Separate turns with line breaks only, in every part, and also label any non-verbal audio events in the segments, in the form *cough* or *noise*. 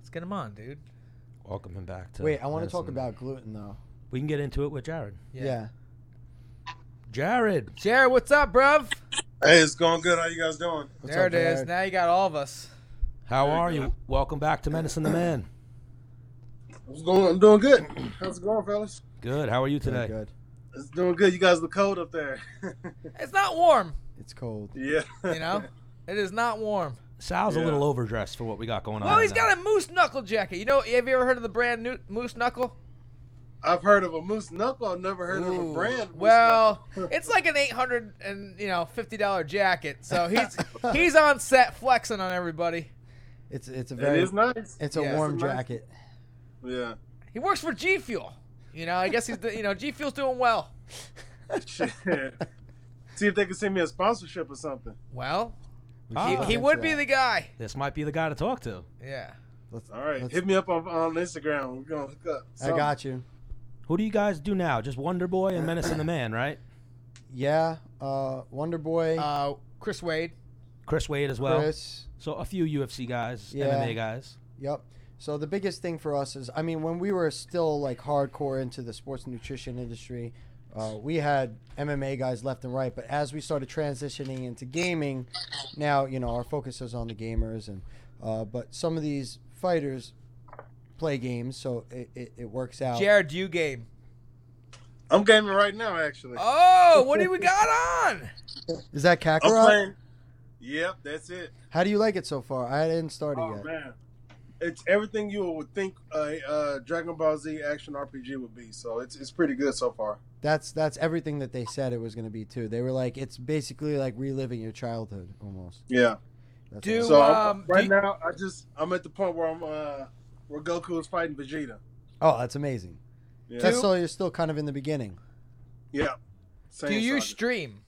Let's get him on, dude.
Welcome him back to.
Wait, I want to talk
medicine.
about gluten though.
We can get into it with Jared.
Yeah.
Jared,
Jared, what's up, bruv?
Hey, it's going good. How you guys doing?
What's
there
up,
it is.
Jared?
Now you got all of us.
how
There you
are
go.
you? Welcome back to Medicine
*coughs*
the Man.
What's going? I'm doing good. How's it going, fellas?
Good. How are you
Doing
today?
Good.
It's doing good. You guys look cold up there. *laughs*
It's not warm,
It's cold.
yeah.
you
*laughs*
know? it is not warm.
Sal's a
Yeah.
little overdressed for what we got going on.
Well, he's
right now.
got a moose knuckle jacket. You know, have you ever heard of the brand new moose knuckle?
*laughs*
I've heard of a moose knuckle. I've never heard of
Ooh.
a brand. moose
Well,
knuckle.
it's like an eight hundred and you know fifty dollar jacket. So
*laughs*
he's he's on set flexing on everybody.
It's it's a
it
very
is nice.
it's a
Yeah, it's
warm
a nice-
jacket.
*laughs*
yeah.
He works for G Fuel. You know, I guess he's the, you know G Fuel's doing well.
Shit. See if they can send me a sponsorship or something.
Well,
We
Ah.
he,
should
he
look
would
into
be
that.
the guy.
This might be the guy to talk to.
Yeah.
Let's-
All right,
let's-
hit me up on, on Instagram. We're gonna hook up.
I got you.
Who do you guys do now? Just Wonder Boy and Medicine the Man, right?
Yeah. Uh, Wonder Boy,
Uh, Chris Wade.
Chris Wade as well.
Chris.
So a few UFC guys,
Yeah.
MMA guys.
Yep. So the biggest thing for us is, I mean, when we were still like hardcore into the sports nutrition industry, uh, we had MMA guys left and right. But as we started transitioning into gaming, now you know our focus is on the gamers, and uh, but some of these fighters play games, so it, it, it works out.
Jared, you game.
I'm gaming right now, actually.
Oh, what do we got on?
Is that
I'm
Kakarot?
playing. Yep, that's it.
How do you like it so far? I didn't start it
Oh
yet.
man, it's everything you would think a uh, Dragon Ball Z action RPG would be. So it's it's pretty good so far.
That's that's everything that they said it was going to be too. They were like, it's basically like reliving your childhood almost.
Yeah.
That's
Dude.
awesome.
So I'm-
um,
right
do-
now, I just I'm at the point where I'm uh, where Goku is fighting Vegeta.
Oh, that's amazing.
Yeah.
That's so you're still kind of in the beginning.
yeah. Same
Do you
saga.
stream?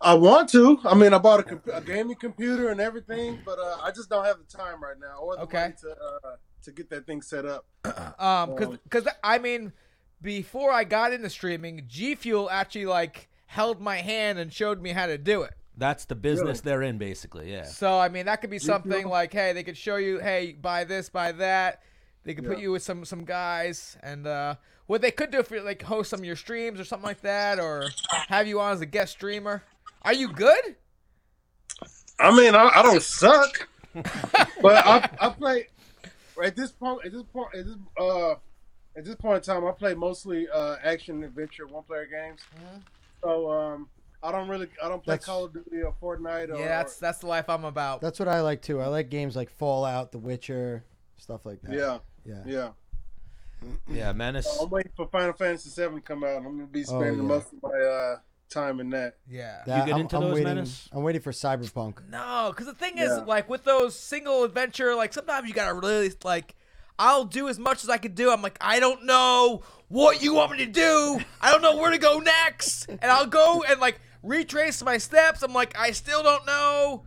I want to. I mean, I bought a, comp- a gaming computer and everything, but uh, I just don't have the time right now or the
Okay.
money to uh, to get that thing set up.
Um, cause,
Um,
'cause, I mean, before I got into streaming, G Fuel actually like held my hand and showed me how to do it.
That's the business they're in, basically. Yeah.
So I mean, that could be
Fuel?
something like, hey, they could show you, hey, buy this, buy that. They could put
Yeah.
you with some some guys, and uh, what they could do if you like host some of your streams or something like that, or have you on as a guest streamer. Are you good?
I mean, I, I don't suck, but I, I play at this point. At this point, at this uh, at this point in time, I play mostly uh, action adventure one player games.
Mm-hmm.
So um, I don't really, I don't play
That's-
Call of Duty or Fortnite. Or,
Yeah, that's that's the life I'm about.
That's what I like too. I like games like Fallout, The Witcher, stuff like that.
yeah,
Yeah.
yeah.
Yeah, Menace.
I'm waiting for Final Fantasy VII to come out. I'm gonna be
Oh,
spending
yeah.
most of my uh, time in that.
yeah.
That-
get into those,
waiting,
Menace?
I'm waiting for Cyberpunk.
No, because the thing is,
Yeah.
like with those single adventure, like sometimes you gotta really like. I'll do as much as I can do. I'm like, I don't know what you want me to do. I don't know where to go next, and I'll go and like retrace my steps. I'm like, I still don't know.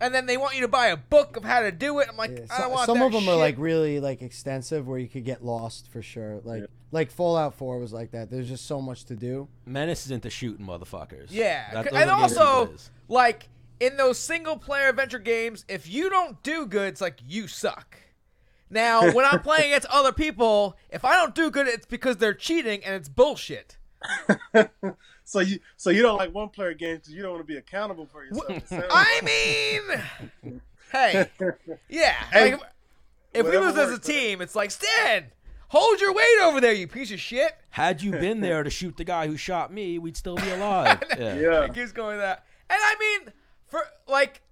And then they want you to buy a book of how to do it. I'm like,
Yeah,
I don't
so-
want
some
that
of them
shit.
are like really like extensive where you could get lost for sure. Like like Fallout 4 was like that. There's just so much to do.
Menace is into shooting motherfuckers.
Yeah,
That-
c-
those
and
are games he
also
plays.
like in those single player adventure games, if you don't do good, it's like you suck.
*laughs*
Now, when I'm playing against other people, if I don't do good, it's because they're cheating and it's bullshit.
So you, so you don't like one player games because you don't want to be accountable for yourself. It sounds-
I mean,
*laughs*
hey, yeah.
Hey,
like, if we
whatever
lose as a
works, whatever.
team, it's like Stan, hold your weight over there, you piece of shit.
Had you been there to shoot the guy who shot me, we'd still
*laughs*
be alive. Yeah.
yeah,
It keeps going that. And I mean, for like,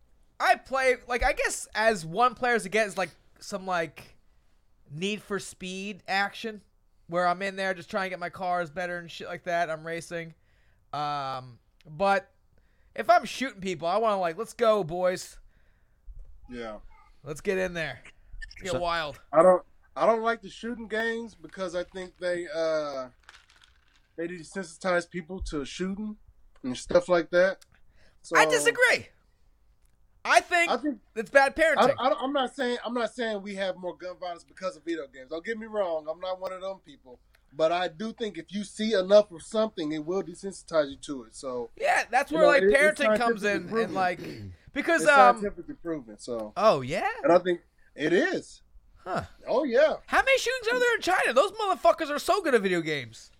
I play like I guess as one player as it gets like some like Need for Speed action where I'm in there just trying to get my cars better and shit like that. I'm racing, um, but if I'm shooting people, I want to like let's go boys,
yeah.
let's get in there, Let's get
So-
wild.
I don't I don't like the shooting games because I think they uh they desensitize people to shooting and stuff like that. So
I disagree. I think,
I think
it's bad
I,
parenting.
I, I'm not saying I'm not saying we have more gun violence because of video games. Don't get me wrong. I'm not one of them people, but I do think if you see enough of something, it will desensitize you to it. So
yeah, that's
you
where
know,
like
it- it's
parenting comes
scientifically
in and
proven.
like because
it's
um
scientifically proven. So
oh yeah
and I think It is.
Huh.
Oh yeah.
How many shootings are there in China? Those motherfuckers are so good at video games,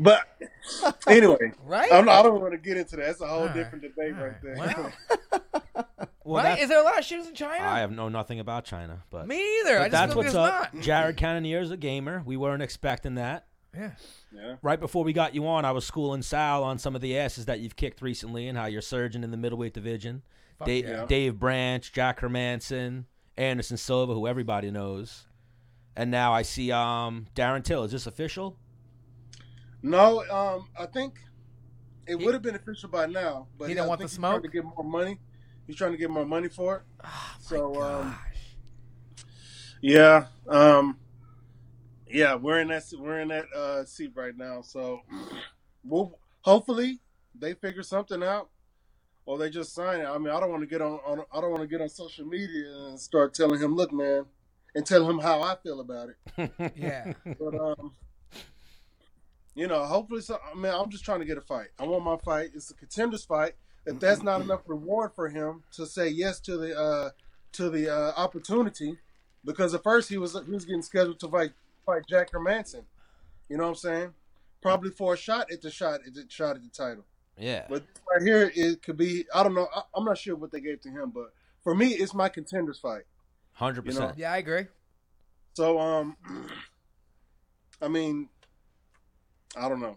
But *laughs* anyway,
right?
I'm, I don't want to get into that. That's a whole
Alright,
different debate right there.
Wow.
Well,
right?
that's-
Is there a lot of shootings in China?
I have know nothing about China, but,
Me either.
but
I just
that's
feel like
what's
there's
up.
not.
Jared Cannonier's a gamer. We weren't expecting that.
Yeah.
yeah.
Right before we got you on, I was schooling Sal on some of the asses that you've kicked recently and how you're surging in the middleweight division. Dave,
yeah.
Dave Branch, Jack Hermanson, Anderson Silva, who everybody knows. And now I see um, Darren Till. Is this official?
No, um, I think it
He-
would have been official by now, but
He don't
I
want
think
the
he's trying
smoke? Ah,
to get more money. He's trying to get more money for it. so um,
Gosh.
yeah, um, yeah, we're in that we're in that uh, seat right now. So we'll hopefully they figure something out, or they just sign it. I mean, I don't want to get on, on I don't want to get on social media and start telling him, look, man, and tell him how I feel about it.
Yeah.
But um, you know, hopefully, so, I mean, I'm just trying to get a fight. I want my fight. It's a contenders fight. If that's not enough reward for him to say yes to the uh, to the uh, opportunity, because at first he was he was getting scheduled to fight fight Jack Hermanson. You know what I'm saying? Probably for a shot at the shot at the shot at the title.
Yeah.
But this right here, it could be. I don't know. I, I'm not sure what they gave to him, but for me, it's my contenders fight.
100%.
Yeah, I agree.
So um, I mean, I don't know.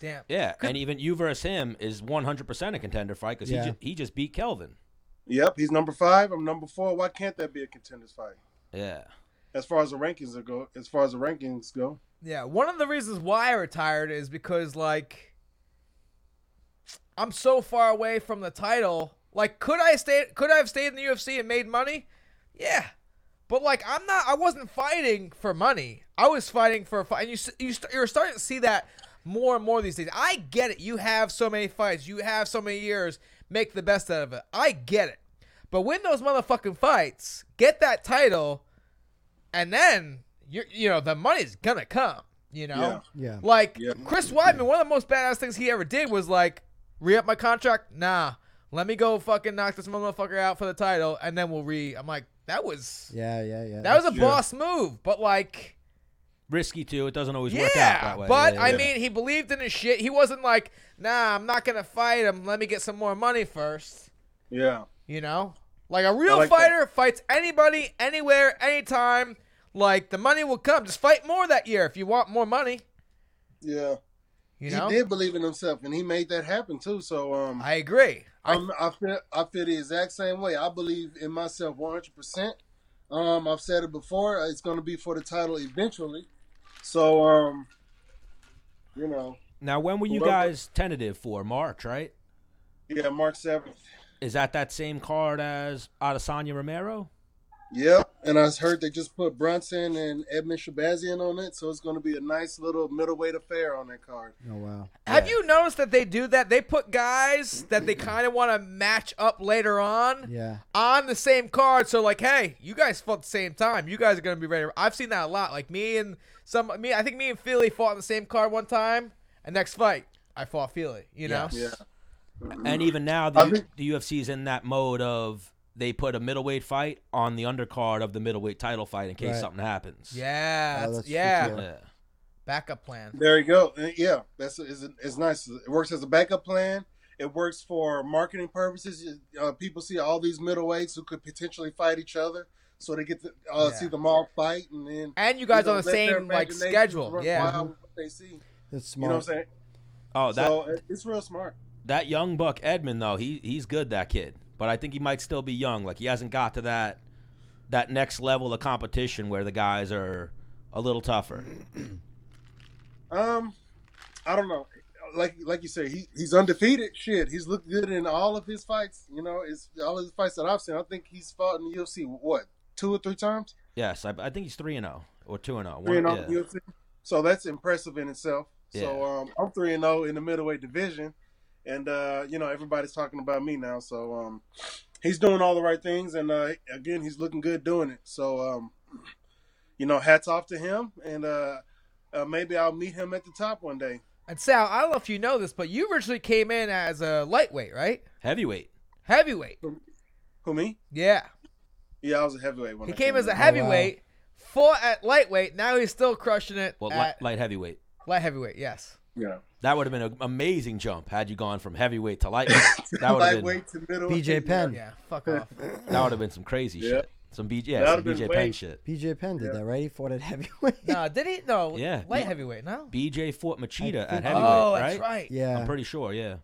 Damn.
Yeah, and even you versus him is 100% a contender fight because
Yeah.
he, ju- he just beat Kelvin.
Yep, he's number five. I'm number four. Why can't that be a contenders fight?
Yeah.
As far as the rankings are go, as far as the rankings go,
Yeah, one of the reasons why I retired is because like I'm so far away from the title. Like, could I stay? Could I have stayed in the UFC and made money? Yeah, but like I'm not. I wasn't fighting for money. I was fighting for a fight. And you s- you st- you're starting to see that more and more these days. I get it. You have so many fights. You have so many years. Make the best out of it. I get it. But win those motherfucking fights. Get that title and then you you know the money's gonna come. You know,
Yeah.
Yeah.
like
Yeah.
Chris Weidman, one of the most badass things he ever did was like re up my contract. Nah, let me go fucking knock this motherfucker out for the title, and then we'll re. I'm like, that was
Yeah, yeah, yeah.
that was a
Yeah.
boss move, but like.
Risky, too. It doesn't always
Yeah,
work out that way.
but
Yeah,
I
yeah.
mean, he believed in his shit. He wasn't like, "Nah, I'm not gonna fight him. Let me get some more money first.
yeah,
You know, like a real
like that.
fighter fights anybody, anywhere, anytime. Like the money will come. Just fight more that year if you want more money.
yeah.
You know,
He did believe in himself, and he made that happen too. So um,
I agree. I,
I'm, I feel I feel the exact same way. I believe in myself 100. percent Um, I've said it before. It's going to be for the title eventually. So um, you know,
Now, when were you
Whoever-
guys tentative for? March, right?
yeah, March 7th.
Is that that same card as Adesanya Romero?
Yep, and I heard they just put Brunson and Edmund Shabazian on it, so it's going to be a nice little middleweight affair on that card.
Oh wow.
have
yeah.
you noticed that they do that? They put guys that they kind of want to match up later on
Yeah.
on the same card. So like, hey, you guys fought at the same time. You guys are gonna be ready. I've seen that a lot. Like me and some me, I think me and Philly fought on the same card one time. And next fight, I fought Philly. You know,
Yes.
Yeah,
And even now,
I
the,
think-
the UFC's in that mode of they put a middleweight fight on the undercard of the middleweight title fight in case
Right.
something happens.
yeah,
Oh,
that's-
that's true,
yeah.
too.
Yeah.
Backup plan.
there you go. And yeah, that's is it's nice. It works as a backup plan. It works for marketing purposes. You- Uh, people see all these middleweights who could potentially fight each other, so they get to uh,
Yeah.
see them all fight, and then
And you guys
you know,
on the
let their
same like
imagination
schedule.
run
Yeah.
wild with what they see.
That's
You know what I'm
smart.
saying?
Oh, that
so it- it's real smart.
that young buck Edmund though, he he's good that kid, but I think he might still be young. Like he hasn't got to that that next level of competition where the guys are a little tougher.
Um, I don't know. Like like you said, he, he's undefeated. Shit, he's looked good in all of his fights. You know, it's all of the fights that I've seen. I think he's fought in the UFC what two or three times.
Yes, I, I think he's three and zero or two and zero.
Three and oh.
One-
zero in
yeah.
the UFC. So that's impressive in itself. So
Yeah.
um, I'm three and zero in the middleweight division, and uh, you know everybody's talking about me now. So um, he's doing all the right things, and uh, again, he's looking good doing it. So um, you know, hats off to him, and uh, uh, maybe I'll meet him at the top one day.
And Sal, I don't know if you know this, but you originally came in as a lightweight, right?
Heavyweight.
Heavyweight.
Who me?
Yeah.
Yeah, I was a heavyweight when
He
I
came as a
in.
heavyweight, fought at lightweight. Now he's still crushing it
Well,
at
light, light heavyweight.
light heavyweight. Yes.
yeah.
That would have been an amazing jump had you gone from heavyweight to
*laughs*
lightweight. That would have been
lightweight to middle.
BJ Penn.
Yeah. Fuck off.
that would have been some crazy
Yeah.
shit. Some BJ, yeah,
That
some
would've been
BJ
way-
Penn shit.
BJ Penn did
Yeah.
that, right? He fought at heavyweight.
no, did he? No.
Yeah.
Light heavyweight. No.
BJ fought Machida at
think-
heavyweight,
oh,
right?
that's right.
I'm
*laughs* yeah,
pretty sure. Yeah.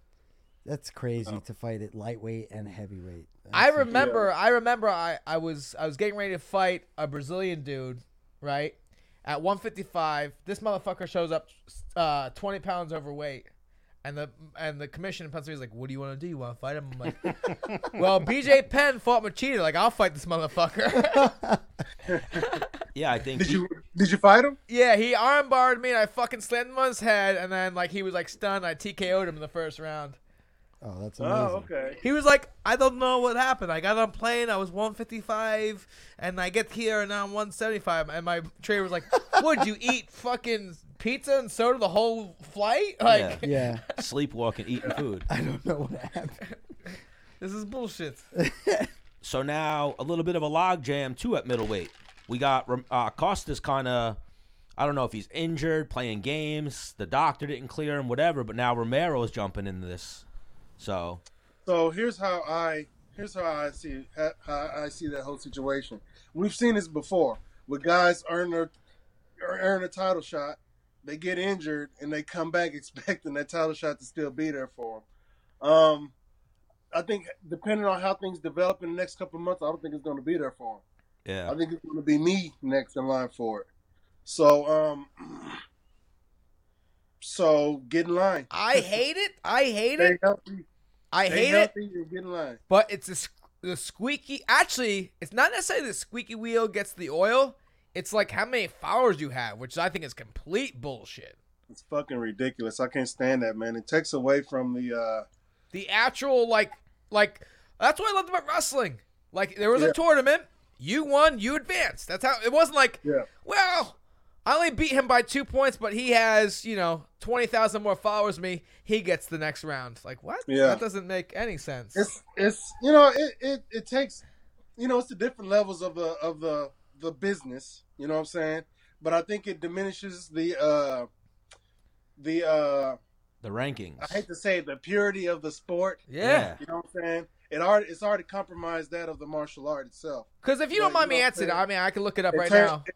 that's crazy to fight at lightweight and heavyweight.
Oh. I
That's a-
remember. I remember. I, I was I was getting ready to fight a Brazilian dude, right? At 155, this motherfucker shows up uh, 20 pounds overweight, and the and the commission in Pennsylvania is like, "What do you want to do? You want to fight him?" I'm like, "Well, BJ Penn fought Machida. Like, I'll fight this motherfucker."
Yeah, I think
Did
he-
you did you fight him?
yeah, he armbarred me, and I fucking slammed him on his head, and then like he was like stunned. I TKO'd him in the first round.
Oh, that's amazing.
Oh, okay.
He was like, I don't know what happened. I got on plane, I was 155, and I get here and now I'm 175. And my trainer was like, Would you eat fucking pizza and soda the whole flight? *laughs* Like,
Yeah,
sleepwalking, eating food.
I don't know what happened.
this is bullshit.
So now a little bit of a logjam too at middleweight. We got Ram- uh, Costas kind of, I don't know if he's injured, playing games. The doctor didn't clear him, whatever. But now Romero's jumping into this. So
So here's how I here's how I see how I see that whole situation. We've seen this before. When guys earn their earn a title shot, they get injured and they come back *laughs* expecting that title shot to still be there for them. Um, I think depending on how things develop in the next couple of months, I don't think it's going to be there for them.
yeah,
I think it's going to be me next in line for it. So, um, *clears throat* so get in line.
I hate it. I hate
Stay
it.
healthy.
I
Stay
hate it.
healthy and get in line.
But it's the s- the squeaky. Actually, it's not necessarily the squeaky wheel gets the oil. It's like how many followers you have, which I think is complete bullshit.
It's fucking ridiculous. I can't stand that, man. It takes away from the. uh
the actual like like that's what I loved about wrestling. Like there was
Yeah.
a tournament, you won, you advanced. That's how it wasn't like
Yeah.
well, I only beat him by two points, but he has, you know, twenty thousand more followers than me, he gets the next round. Like what?
Yeah.
That doesn't make any sense.
It's it's you know it it, it takes, you know, it's the different levels of the of the the business. You know what I'm saying? But I think it diminishes the uh the uh
the rankings.
I hate to say it, the purity of the sport.
yeah.
You know what I'm saying? It already it's already compromised that of the martial art itself.
Because if you don't
But,
mind
you
me
know,
answering,
it-
I mean I can look it up
it
right
turns-
now.
It,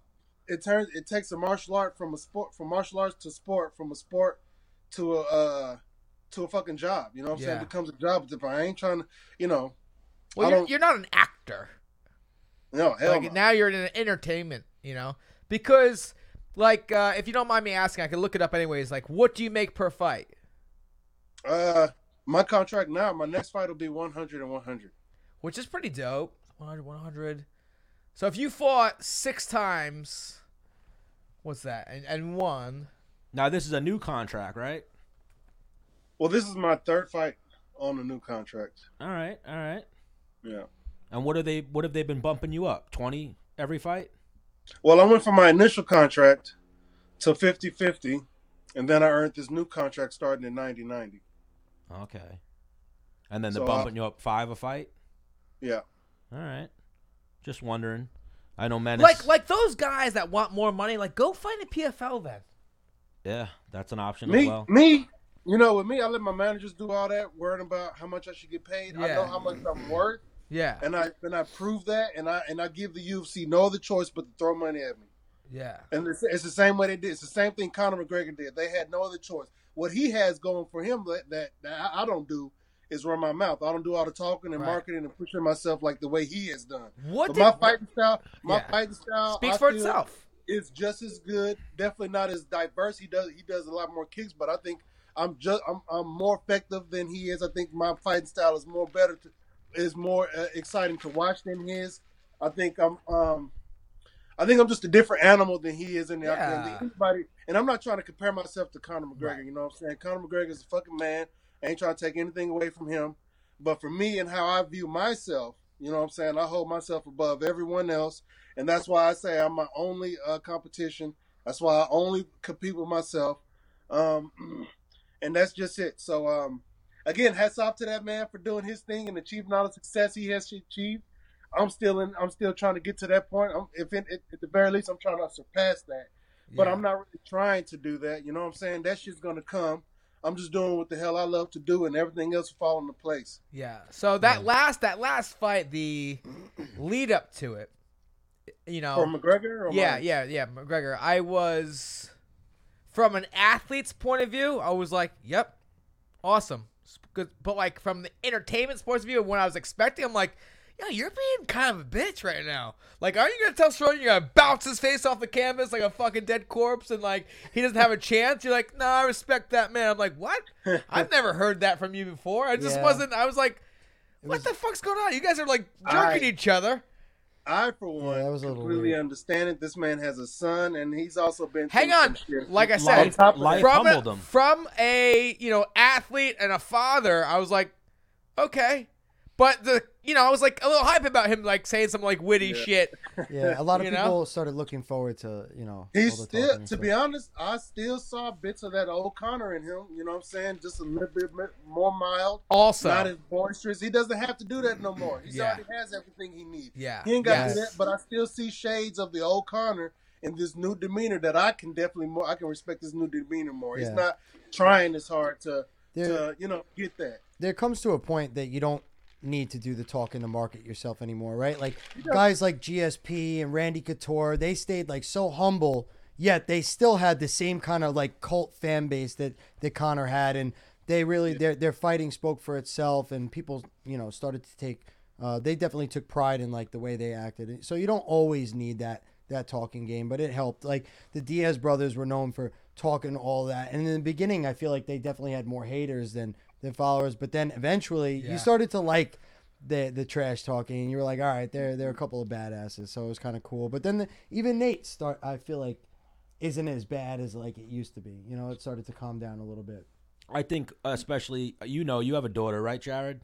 it turns it takes a martial art from a sport from martial arts to sport from a sport to a uh, to a fucking job. You know what I'm saying?
Yeah.
It becomes a job. If I ain't trying to, you know,
Well
I
you're,
don't-
you're not an actor.
no hell
like
no.
now you're in an entertainment, you know? Because like uh, if you don't mind me asking, I can look it up anyways, like what do you make per fight?
Uh, my contract now, my next fight will be 100 and 100.
which is pretty dope. 100, 100. So if you fought six times, what's that? And, and won.
Now this is a new contract, right?
Well, this is my third fight on the new contract.
All right, all right.
Yeah.
And what are they? What have they been bumping you up? Twenty every fight?
Well, I went from my initial contract to 50 50, and then I earned this new contract starting at 90 90.
Okay. And then they're
So, uh,
bumping you up five a fight.
Yeah.
All right. Just wondering. I know Menace.
Like like those guys that want more money, like go find a PFL then.
yeah, that's an option as
Me,
well.
me, you know, with me, I let my managers do all that, worrying about how much I should get paid. I
Yeah.
know how much I'm worth,
Yeah.
and I and I prove that, and I and I give the UFC no other choice but to throw money at me.
Yeah.
And it's, it's the same way they did. It's the same thing Conor McGregor did. They had no other choice. What he has going for him that that, that I, I don't do is run my mouth. I don't do all the talking and
Right.
marketing and pushing myself like the way he has done.
What
But
did,
my fighting style, my
Yeah.
fighting style
speaks
I
for
feel
itself.
is just as good. Definitely not as diverse. He does he does a lot more kicks, but I think I'm just I'm, I'm more effective than he is. I think my fighting style is more better to, is more uh, exciting to watch than his. I think I'm um I think I'm just a different animal than he is in the
Yeah.
than anybody. And I'm not trying to compare myself to Conor McGregor.
Right.
You know what I'm saying? Conor McGregor is a fucking man. I ain't trying to take anything away from him. But for me and how I view myself, you know what I'm saying? I hold myself above everyone else. And that's why I say I'm my only uh, competition. That's why *clears throat* I only compete with myself. Um, and that's just it. So um, again, hats off to that man for doing his thing and achieving all the success he has achieved. I'm still in. I'm still trying to get to that point. I'm, if it, at the very least, I'm trying to surpass that. But I'm not really trying to do that. You know what I'm saying? That shit's gonna come. I'm just doing what the hell I love to do, and everything else will fall into place.
Yeah. So that last that last fight, the lead up to it, you know,
Or McGregor? Or
yeah,
Mike?
yeah, yeah, McGregor. I was, from an athlete's point of view, I was like, "Yep, awesome, It's good." But like from the entertainment sports view, when I was expecting, I'm like, "Yo, you're being kind of a bitch right now. Like, are you gonna tell Strowman you're gonna bounce his face off the canvas like a fucking dead corpse and like he doesn't have a chance?" You're like, "No, I respect that man." I'm like, "What? I've never heard that from you before. I just
Yeah.
wasn't. I was like." What the fuck's going on? You guys are like jerking
I-
each other.
I, for one,
that was a little
completely
weird.
understand it. This man has a son, and he's also been.
Hang
through
on.
some shit.
Like I
Life-
said,
top of
life
from
humbled
a,
him.
from a you know athlete and a father, I was like, okay, but the you know I was like a little hype about him like saying some like witty
Yeah.
shit.
Yeah,
*laughs*
a lot of
You know?
people started looking forward to you know.
He's
all the
still,
talking
to
and
be
stuff.
honest, I still saw bits of that old Connor in him. You know what I'm saying? Just a little bit mi- more mild,
Also,
not as boisterous. He doesn't have to do that no more. He
Yeah.
already has everything he needs.
yeah,
He ain't got to
yes.
do that, but I still see shades of the old Connor in this new demeanor that I can definitely more. I can respect this new demeanor more. He's
Yeah.
not trying as hard to,
There,
to you know, get that.
there comes to a point that you don't need to do the talking to market yourself anymore, right? Like guys like GSP and Randy Couture, they stayed like so humble, yet they still had the same kind of like cult fan base that that Connor had, and they really their their fighting spoke for itself, and people you know started to take. Uh, they definitely took pride in like the way they acted, so you don't always need that that talking game, but it helped. Like the Diaz brothers were known for talking all that, and in the beginning, I feel like they definitely had more haters than than followers. But then eventually,
Yeah.
you started to like the the trash talking, and you were like, all right, they're they're a couple of badasses, so it was kind of cool. But then the, even Nate start, I feel like, isn't as bad as like it used to be. You know, it started to calm down a little bit.
I think, especially, you know, you have a daughter, right, Jared?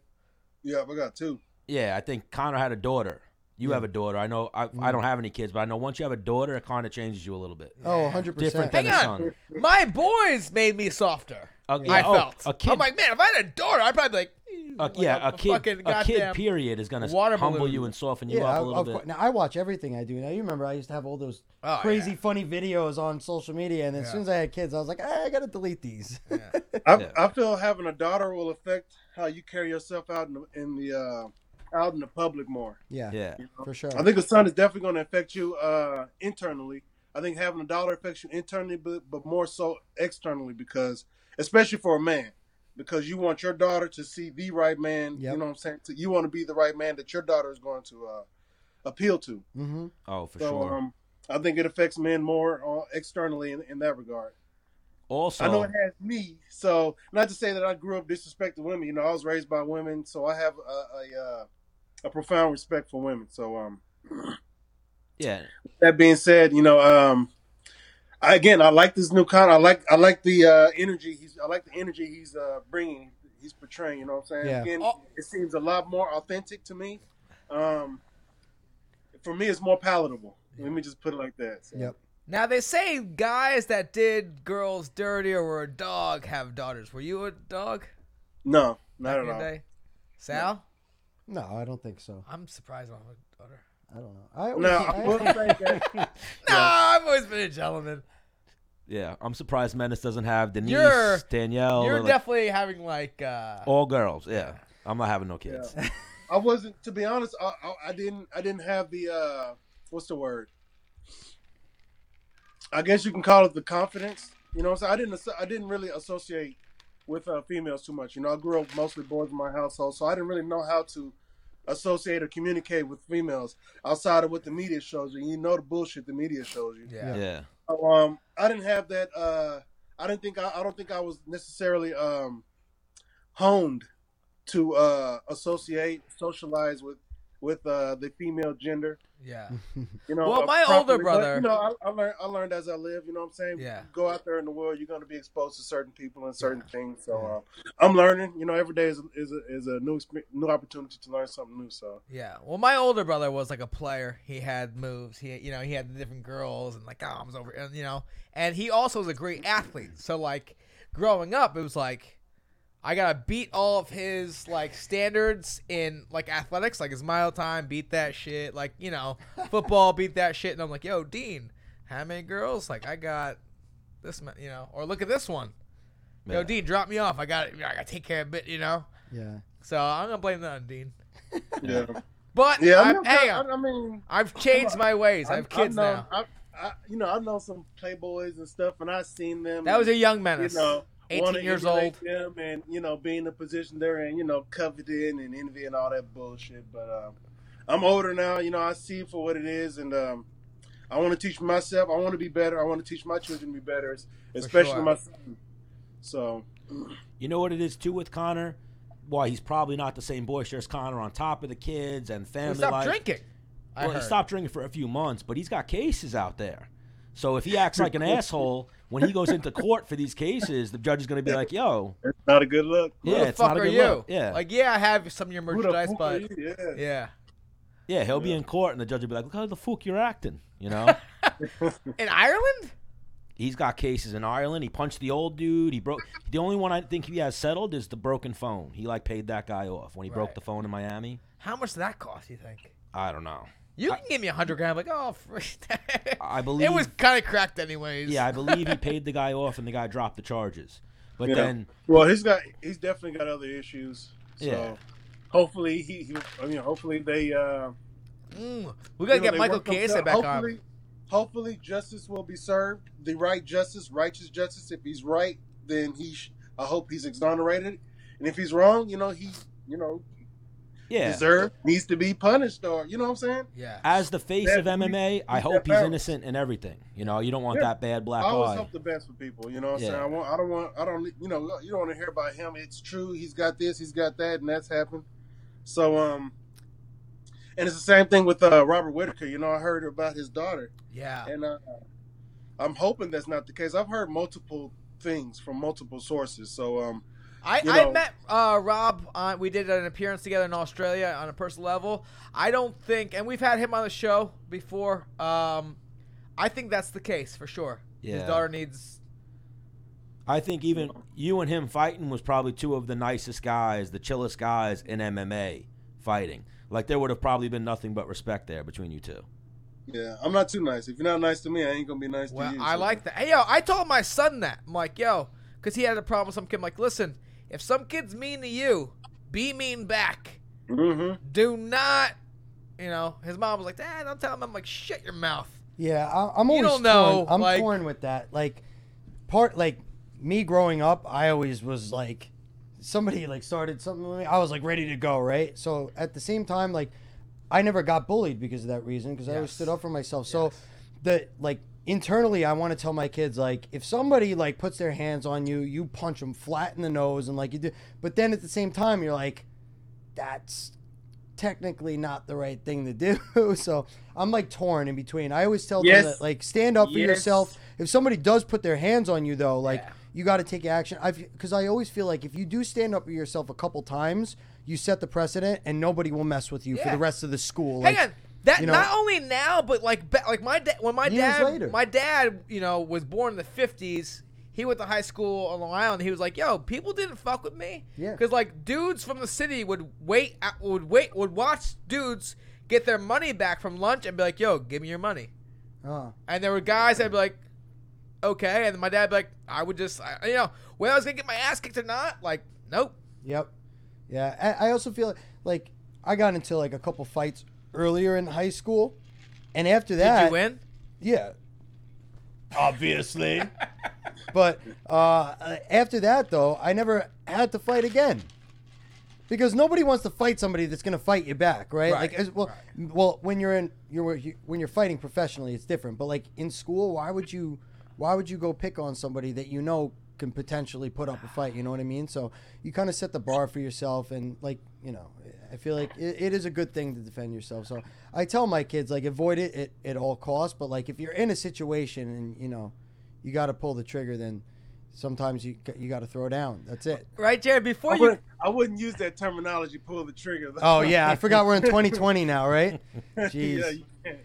Yeah, I got two.
Yeah, I think Connor had a daughter. You have a daughter. I know. I, I don't have any kids, but I know once you have a daughter, it kind of changes you a little bit.
Oh, 100
Different
percent.
than
Hang
a
on.
son.
my boys made me softer.
A-
I
yeah, oh,
felt.
a kid.
I'm like, man, if I had a daughter, I'd probably be like, "Eh,"
a,
like
yeah, a
fucking
kid. A
goddamn-
kid. Period is gonna
water
humble
balloon.
you and soften you
Yeah,
up
I-
a little
of course.
bit.
Now I watch everything I do. Now you remember I used to have all those
Oh,
crazy
yeah.
funny videos on social media, and
Yeah.
as soon as I had kids, I was like, "Ah, I gotta delete these. *laughs*
I,
Yeah.
I feel having a daughter will affect how you carry yourself out in the, in the uh, out in the public more.
yeah,
Yeah,
for sure.
I think a son is definitely going to affect you uh, internally. I think having a daughter affects you internally, but but more so externally because, especially for a man, because you want your daughter to see the right man.
Yep.
You know what I'm saying? So you want to be the right man that your daughter is going to uh, appeal to.
hmm
oh for
so
sure.
um, I think it affects men more uh, externally in, in that regard.
also,
I know it has me. So not to say that I grew up disrespecting women. You know, I was raised by women, so I have a a, uh, a profound respect for women. So um,
yeah,
that being said, you know, um, I, again, I like this new con. I like I like the uh, energy. He's I like the energy he's uh, bringing. He's portraying. You know what I'm saying?
Yeah.
Again,
Oh.
it seems a lot more authentic to me. Um, for me, it's more palatable. Let me just put it like that. So.
Yep.
Now they say guys that did girls dirty or were a dog have daughters. Were you a dog
No,
back
not
in
at
the
all.
day? Sal,
No, I don't think so.
I'm surprised I don't have a daughter.
I don't know. I always,
No,
*laughs*
I will
I,
say that.
No, I've always been a gentleman.
yeah. I'm surprised Menace doesn't have Denise,
You're-
Danielle.
You're
like, Oh,
definitely having like uh
all girls. Yeah, I'm not having no kids.
I wasn't to be honest. I, I, I didn't. I didn't have the uh, what's the word? I guess you can call it the confidence. You know, what I'm saying I didn't. asso- I didn't really associate with uh, females too much. You know, I grew up mostly boys in my household, so I didn't really know how to associate or communicate with females outside of what the media shows you. You know the bullshit the media shows you.
yeah.
yeah.
So, um, I didn't have that. Uh, I didn't think. I, I don't think I was necessarily um, honed to uh, associate, socialize with with uh, the female gender.
Yeah.
You know.
Well,
uh,
my older
properly. But,
brother-
you know, I, I learned. I learned as I live. You know what I'm saying?
Yeah.
You go out there in the world, you're going to be exposed to certain people and certain things. So um, I'm learning. You know, every day is is a, is a new expe- new opportunity to learn something new. So
Yeah. Well, my older brother was like a player. He had moves. He, you know, he had the different girls and like, oh, I was over, and, you know, and he also was a great athlete. So like, growing up, it was like, I gotta beat all of his like standards in like athletics, like his mile time, beat that shit. Like you know, football, beat that shit. And I'm like, yo, Dean, how many girls? Like I got this, ma- you know, or look at this one. Yo,
Yeah.
Dean, drop me off. I got I gotta take care of it, you know.
*laughs* Yeah.
So I'm gonna blame that on Dean.
Yeah,
But
yeah. I
I'm,
mean,
hey,
I,
I'm,
I mean,
I've changed my ways. I have
I've
kids
known-
now.
I've- I, you know, I know some playboys and stuff, and I've seen them.
That was a young
you
menace.
know,
18
wanna
years old.
emulate Them and you know, being the position they're in, you know, coveting and envy and all that bullshit. But um, I'm older now. You know, I see for what it is, and um, I want to teach myself. I want to be better. I want to teach my children to be better, es- especially
sure.
my son. So
You know what it is too with Connor? Why he's probably not the same boisterous Connor on top of the kids and
Well,
family
stop
life.
drinking. I
Well, he
heard.
stopped drinking for a few months, but he's got cases out there. So if he acts
*laughs*
like an asshole when he goes into court for these cases, the judge is going to be like, "Yo,
it's not a good look.
Who
yeah,
the
it's
fuck
not a
are
good
you?
look." Yeah,
Like, yeah, I have some of your
Who the
merchandise,
fuck are
but
you? Yeah.
yeah.
yeah, he'll be in court, and the judge will be like, "Look how the fuck you're acting," you know.
In Ireland?
he's got cases in Ireland. He punched the old dude. He broke. The only one I think he has settled is the broken phone. He like paid that guy off when he
Right.
broke the phone in Miami.
How much did that cost? You think?
I don't know.
You can give me a hundred grand. I'm like, oh, free- *laughs*
I believe
it was kind of cracked, anyways.
Yeah, I believe he paid the guy off, and the guy dropped the charges. But
Yeah.
then,
Well, he's got he's definitely got other issues. So
Yeah.
hopefully he, he I mean hopefully they uh
Mm, we gotta
you know,
get
they
Michael
work themselves-
Chiesa back
hopefully,
on.
Hopefully, justice will be served. The right justice, righteous justice. If he's right, then he. Sh- I hope he's exonerated, and if he's wrong, you know he, you know,
yeah,
deserved needs to be punished, or you know what I'm saying.
Yeah.
as the face of
Yeah, we-
MMA, I
we
hope
step
he's
out.
innocent in everything. You know, you don't want
Yeah.
that bad black
I always
eye.
hope the best for people. You know what I'm
Yeah.
saying. I want. I don't want. I don't. You know. You don't want to hear about him. It's true. He's got this. He's got that, and that's happened. So um. And it's the same thing with uh, Robert Whitaker. You know, I heard about his daughter.
Yeah.
and uh, I'm hoping that's not the case. I've heard multiple things from multiple sources, so um,
I,
you
I
know-
met uh, Rob. On, we did an appearance together in Australia on a personal level. I don't think, and we've had him on the show before. Um, I think that's the case for sure. His
Yeah.
daughter needs.
I think even you and him fighting was probably two of the nicest guys, the chillest guys in MMA fighting. Like there would have probably been nothing but respect there between you two.
yeah, I'm not too nice. If you're not nice to me, I ain't gonna be nice
Well,
to you.
I
so-
like that. Hey, yo, I told my son that. I'm like, yo, because he had a problem with some kid. I'm like, listen, if some kid's mean to you, be mean back.
Mhm.
Do not, you know. His mom was like, Dad, don't tell him. I'm like, shut your mouth.
Yeah, I, I'm
You
always
don't know,
torn. I'm
like-
torn with that. Like, part like me growing up, I always was like, somebody like started something with me, I was like ready to go, right? So at the same time, like, I never got bullied because of that reason, because I always
Yes.
stood up for myself. So the like internally, I want to tell my kids like, if somebody like puts their hands on you, you punch them flat in the nose and like you do. But then at the same time, you're like, that's technically not the right thing to do. *laughs* So I'm like torn in between. I always tell
Yes.
them that like stand up for
Yes.
yourself. If somebody does put their hands on you though, like
Yeah.
you got to take action. I because I always feel like if you do stand up for yourself a couple times, you set the precedent and nobody will mess with you for
Yeah.
the rest of the school.
Hang
Like,
on. That
you know-
not only now, but like ba- like my dad when my
Years
dad
later.
my dad you know was born in the fifties. He went to high school on Long Island. He was like, "Yo, people didn't fuck with me."
Yeah.
Because like dudes from the city would wait at- would wait would watch dudes get their money back from lunch and be like, "Yo, give me your money."
Uh,
And there were guys that'd be like, "Okay," and my dad would be like, "I would just I, you know whether I was gonna get my ass kicked or not, like nope."
Yep. Yeah. I, I also feel like I got into like a couple fights earlier in high school, and after that,
Did you win?
Yeah. Obviously. but uh, after that, though, I never had to fight again. Because nobody wants to fight somebody that's going to fight you back, right?
Right,
Like, as, well, well, when you're in, you're you- when you're fighting professionally, it's different. But like in school, why would you, why would you go pick on somebody that you know can potentially put up a fight? You know what I mean? So you kind of set the bar for yourself, and like, you know, I feel like it, it is a good thing to defend yourself. So I tell my kids like avoid it at, at all costs. But like if you're in a situation and you know, you got to pull the trigger, then sometimes you you got to throw down. That's it.
Right, Jared. Before
I
you
wouldn't, I wouldn't use that terminology. Pull the trigger.
Oh yeah, I
*laughs*
forgot we're in 2020 now, right? Jeez.
yeah, you can't.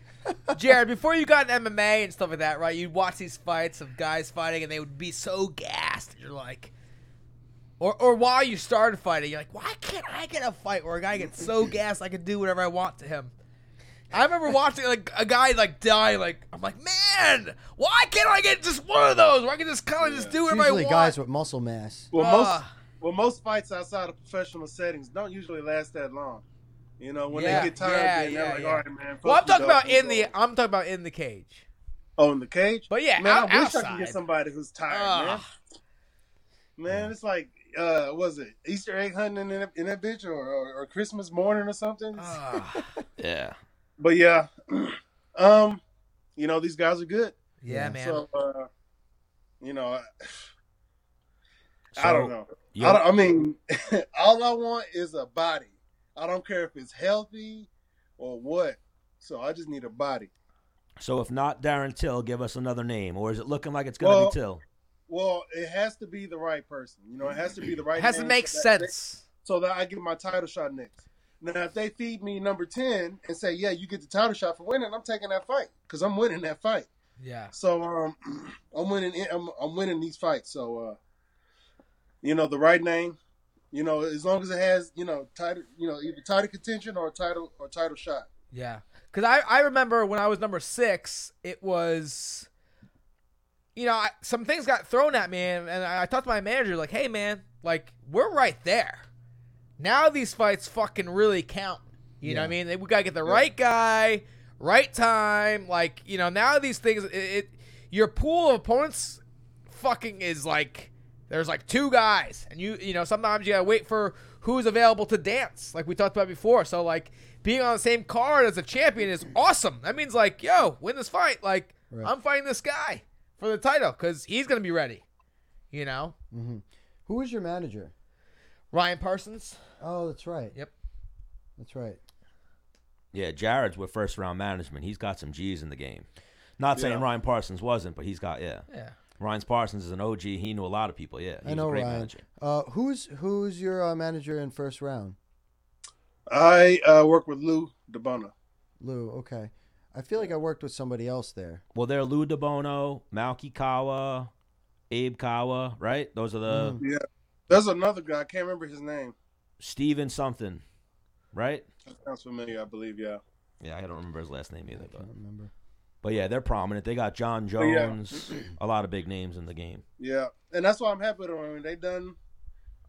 Jared, before you got in MMA and stuff like that, right? You'd watch these fights of guys fighting, and they would be so gassed. and You're like, Or, or while you started fighting, you're like, why can't I get a fight where a guy gets so gassed I can do whatever I want to him? I remember watching like a guy like die. Like I'm like, man, why can't I get just one of those? Where I can just kind of just do whatever
Usually
I want.
guys with muscle mass.
Well, most
Ah.
well most fights outside of professional settings don't usually last that long. You know, when
Yeah,
they get tired,
yeah,
then they're
yeah,
like,
yeah.
"All right, man."
well,
fuck
I'm talking
you, dog,
about
I'm
in the.
going."
I'm talking about in the cage.
Oh, in the cage.
But yeah,
man,
out-
I wish I could
outside.
get somebody who's tired, man.
Ah.
Man, it's like, uh, what was it Easter egg hunting in that, in that bitch, or, or or Christmas morning or something?
Ah.
Yeah.
But yeah, *clears throat* um, you know these guys are good.
yeah,
Yeah,
man.
So, uh, you know, I,
So,
I don't know.
yo-
I, don't, I mean, *laughs* all I want is a body. I don't care if it's healthy or what. So I just need a body.
so if not Darren Till, give us another name, or is it looking like it's gonna
Well,
be Till?
Well, it has to be the right person. You know, it has to be the right.
it has to
name
make
so that-
sense.
so that I get my title shot next. Now, if they feed me number ten and say, "Yeah, you get the title shot for winning," I'm taking that fight because I'm winning that fight.
Yeah.
So um, *clears throat* I'm winning. I'm, I'm winning these fights. So uh, you know the right name. You know, as long as it has you know title, you know either title contention or title or title shot.
Yeah. Because I, I remember when I was number six, it was, you know, I, some things got thrown at me. And, and I, I talked to my manager, like, hey, man, like, we're right there. Now these fights fucking really count. You know what I mean? They- We got to get the right guy, right time. Like, you know, now these things, it, it your pool of opponents fucking is like there's like two guys and you you know sometimes you gotta wait for who's available to dance like we talked about before so like being on the same card as a champion is awesome that means like yo win this fight like
Right.
i'm fighting this guy for the title because he's gonna be ready you know
hmm Who was your manager?
ryan parsons
Oh, that's right.
Yep.
That's right.
Yeah, Jared's with first round management. He's got some G's in the game. Not saying
Yeah.
Ryan Parsons wasn't, but he's got yeah.
yeah
Ryan Parsons is an OG. He knew a lot of people. Yeah, he
I
was
know
a great
Ryan.
manager.
Uh, who's who's your uh, manager in first round?
I uh, work with Lou DeBona.
Lou. Okay. I feel like I worked with somebody else there.
Well, they're Lou DeBono, Malky Kawa, Abe Kawa, right? Those are the
Mm-hmm.
Mhm.
There's another guy. I can't remember his name.
Steven something, right?
That sounds familiar. I believe. Yeah.
Yeah, I don't remember his last name either.
I
But,
can't remember.
but yeah, they're prominent. They got John
yeah.
Jones, *clears throat* a lot of big names in the game.
Yeah, and that's why I'm happy with them. I mean, they done,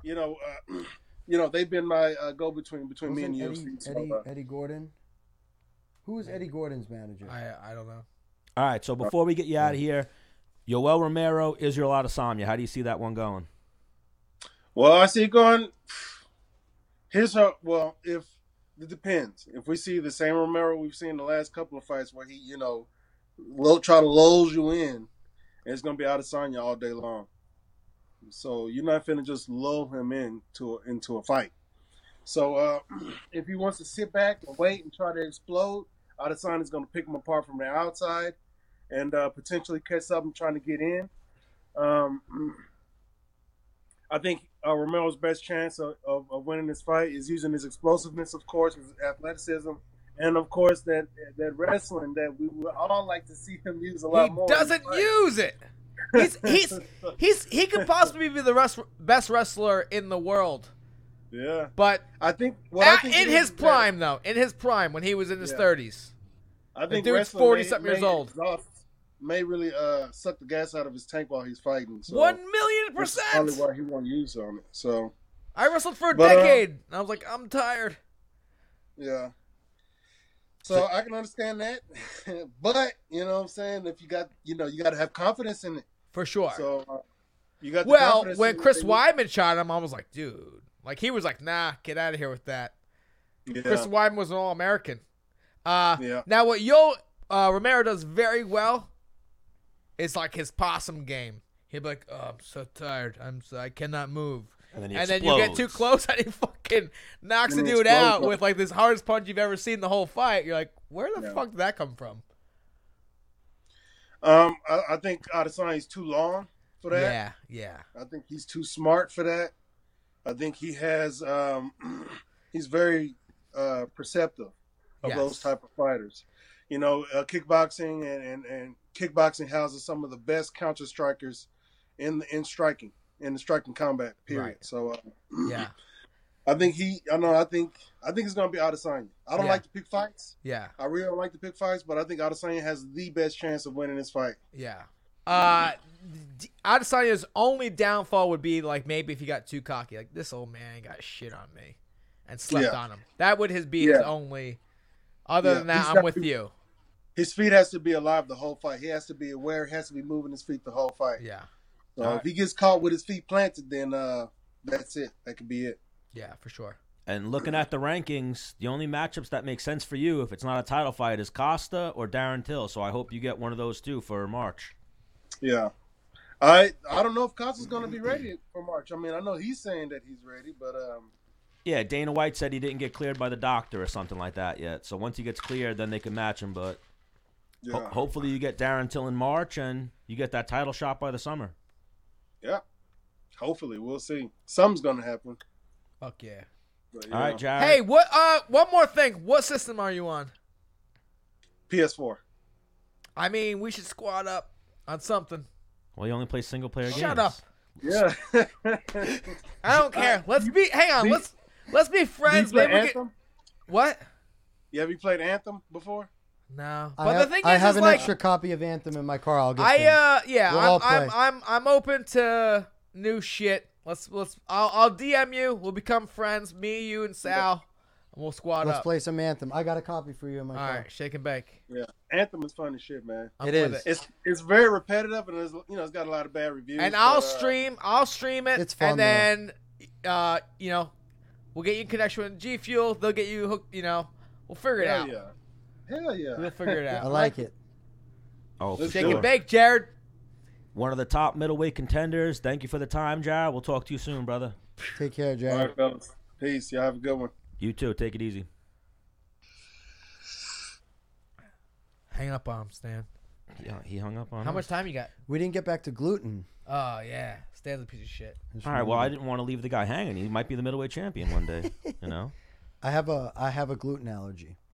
you know, uh, *clears throat* you know, they've been my uh, go between between me and
Wasn't Eddie,
the UFC. so,
Eddie,
uh,
Eddie Gordon. Who was Eddie Gordon's manager?
i i don't know
All right, so before we get you out of here, Yoel Romero, Israel Adesanya. How do you see that one going?
Well, I see it going. Here's how. Well, if it depends. If we see the same Romero we've seen the last couple of fights, where he, you know, will try to lulls you in, it's gonna be Adesanya all day long. So you're not finna just lull him in to into a fight. So uh, *clears throat* if he wants to sit back and wait and try to explode, Adesanya's gonna pick him apart from the outside and uh, potentially catch up and trying to get in. Um, I think uh, Romero's best chance of, of, of winning this fight is using his explosiveness, of course, his athleticism, and of course that that wrestling that we would all like to see him use a lot
he
more. in
doesn't
the fight.
use it he's he's he's he could possibly be the rest, best wrestler in the world
Yeah,
but
I think. Well, I
at,
think
in
it
his
is that-
prime though in his prime when he was in his
Yeah.
30s
I
The
think
dude's
wrestling
40-something
may-
years
may
old.
exhaust- may really uh, suck the gas out of his tank while he's fighting. So
One million
that's probably
percent.
why he won't use on it. So
I wrestled for a
But, uh,
decade, and I was like, I'm tired.
yeah. So I can understand that, *laughs* but you know what I'm saying. If you got, you know, you got to have confidence in it.
For sure.
So uh, you got. The
well,
confidence
when
in it,
Chris
then you-
Wyman shot him, I was like, dude. Like, he was like, nah, get out of here with that.
yeah.
Chris Wyman was an All American. Uh,
Yeah.
Now, what Yo uh, Romero does very well is like his possum game. He'd be like, oh, I'm so tired. I'm so, I cannot move.
And then,
and then you get too close *laughs* and he fucking knocks the
And he
dude
explodes,
out
bro.
with like this hardest punch you've ever seen the whole fight. You're like, where the
Yeah.
fuck did that come from?
Um, I, I think Adesanya's too long for that.
Yeah, yeah.
I think he's too smart for that. I think he has um, *clears throat* he's very uh, perceptive of
Yes.
those type of fighters. You know, uh, kickboxing and, and, and kickboxing houses some of the best counter strikers in in striking in the striking combat period.
Right.
So uh, *clears throat*
Yeah.
I think he. I know. I think. I think it's gonna be Adesanya. I don't
Yeah.
like to pick fights.
Yeah.
I really don't like to pick fights, but I think Adesanya has the best chance of winning this fight.
Yeah. Uh, D- Adesanya's only downfall would be like maybe if he got too cocky, like this old man got shit on me, and slept
Yeah.
on him. That would his be his
Yeah.
only. Other
Yeah,
than that,
he's
I'm
got
with
to-
you.
His feet has to be alive the whole fight. He has to be aware. He has to be moving his feet the whole fight.
Yeah.
So
All
if he gets caught with his feet planted, then uh, that's it. That could be it.
Yeah, for sure.
And looking at the rankings, the only matchups that make sense for you, if it's not a title fight, is Costa or Darren Till. So I hope you get one of those two for March.
Yeah. I I don't know if Costa's going to be ready for March. I mean, I know he's saying that he's ready, but um,
Yeah, Dana White said he didn't get cleared by the doctor or something like that yet. So once he gets cleared, then they can match him. But
yeah,
ho- hopefully you get Darren Till in March and you get that title shot by the summer.
yeah. Hopefully, we'll see. Something's going to happen.
Fuck yeah.
But,
All right,
yeah.
Jared.
Hey, what? Uh, one more thing. What system are you on?
PS4.
I mean, we should squad up on something.
Well, you only play single player games.
Shut up.
Yeah. *laughs*
I don't care. Let's be. Hang on.
do you-
Let's let's be
you
friends.
play
Maybe we
Anthem?
get, what?
You have you played Anthem before?
No.
I
But
have,
the thing
I
is,
have
is
an
like
extra copy of Anthem in my car. I'll get.
I
you.
uh yeah,
We'll all
I'm, I'm
play.
I'm I'm open to new shit. Let's let's I'll, I'll DM you. We'll become friends, me, you, and Sal, and we'll squad
Let's
up.
play some Anthem. I got a copy for you in my
All
car.
right, shake and bake.
Yeah. Anthem is fun as shit, man.
I'm
It
with
is.
It's it's very repetitive and it's you know it's got a lot of bad reviews.
And
but,
I'll
uh,
stream. I'll stream it.
It's fun,
And then, uh, you know, we'll get you in connection with G Fuel. They'll get you hooked. You know, we'll figure it
Hell
out.
yeah. Hell yeah.
We'll figure
*laughs*
it
I
out.
like it.
Oh, for
Let's
Shake
do
sure.
and bake, Jared.
One of the top middleweight contenders. Thank you for the time, Jared. We'll talk to you soon, brother.
Take care,
*laughs* All
Jared.
right, fellas. Peace. Y'all have a good one.
You too. Take it easy.
Hang up on him, Stan.
Yeah, he hung up on
How
us.
Mm.
much time you got?
We didn't get back to gluten.
Oh yeah, Stan's a piece of shit.
All right. Well, I didn't want to leave the *laughs* guy hanging. He might be the middleweight champion one day. you know.
I have a I have a gluten allergy.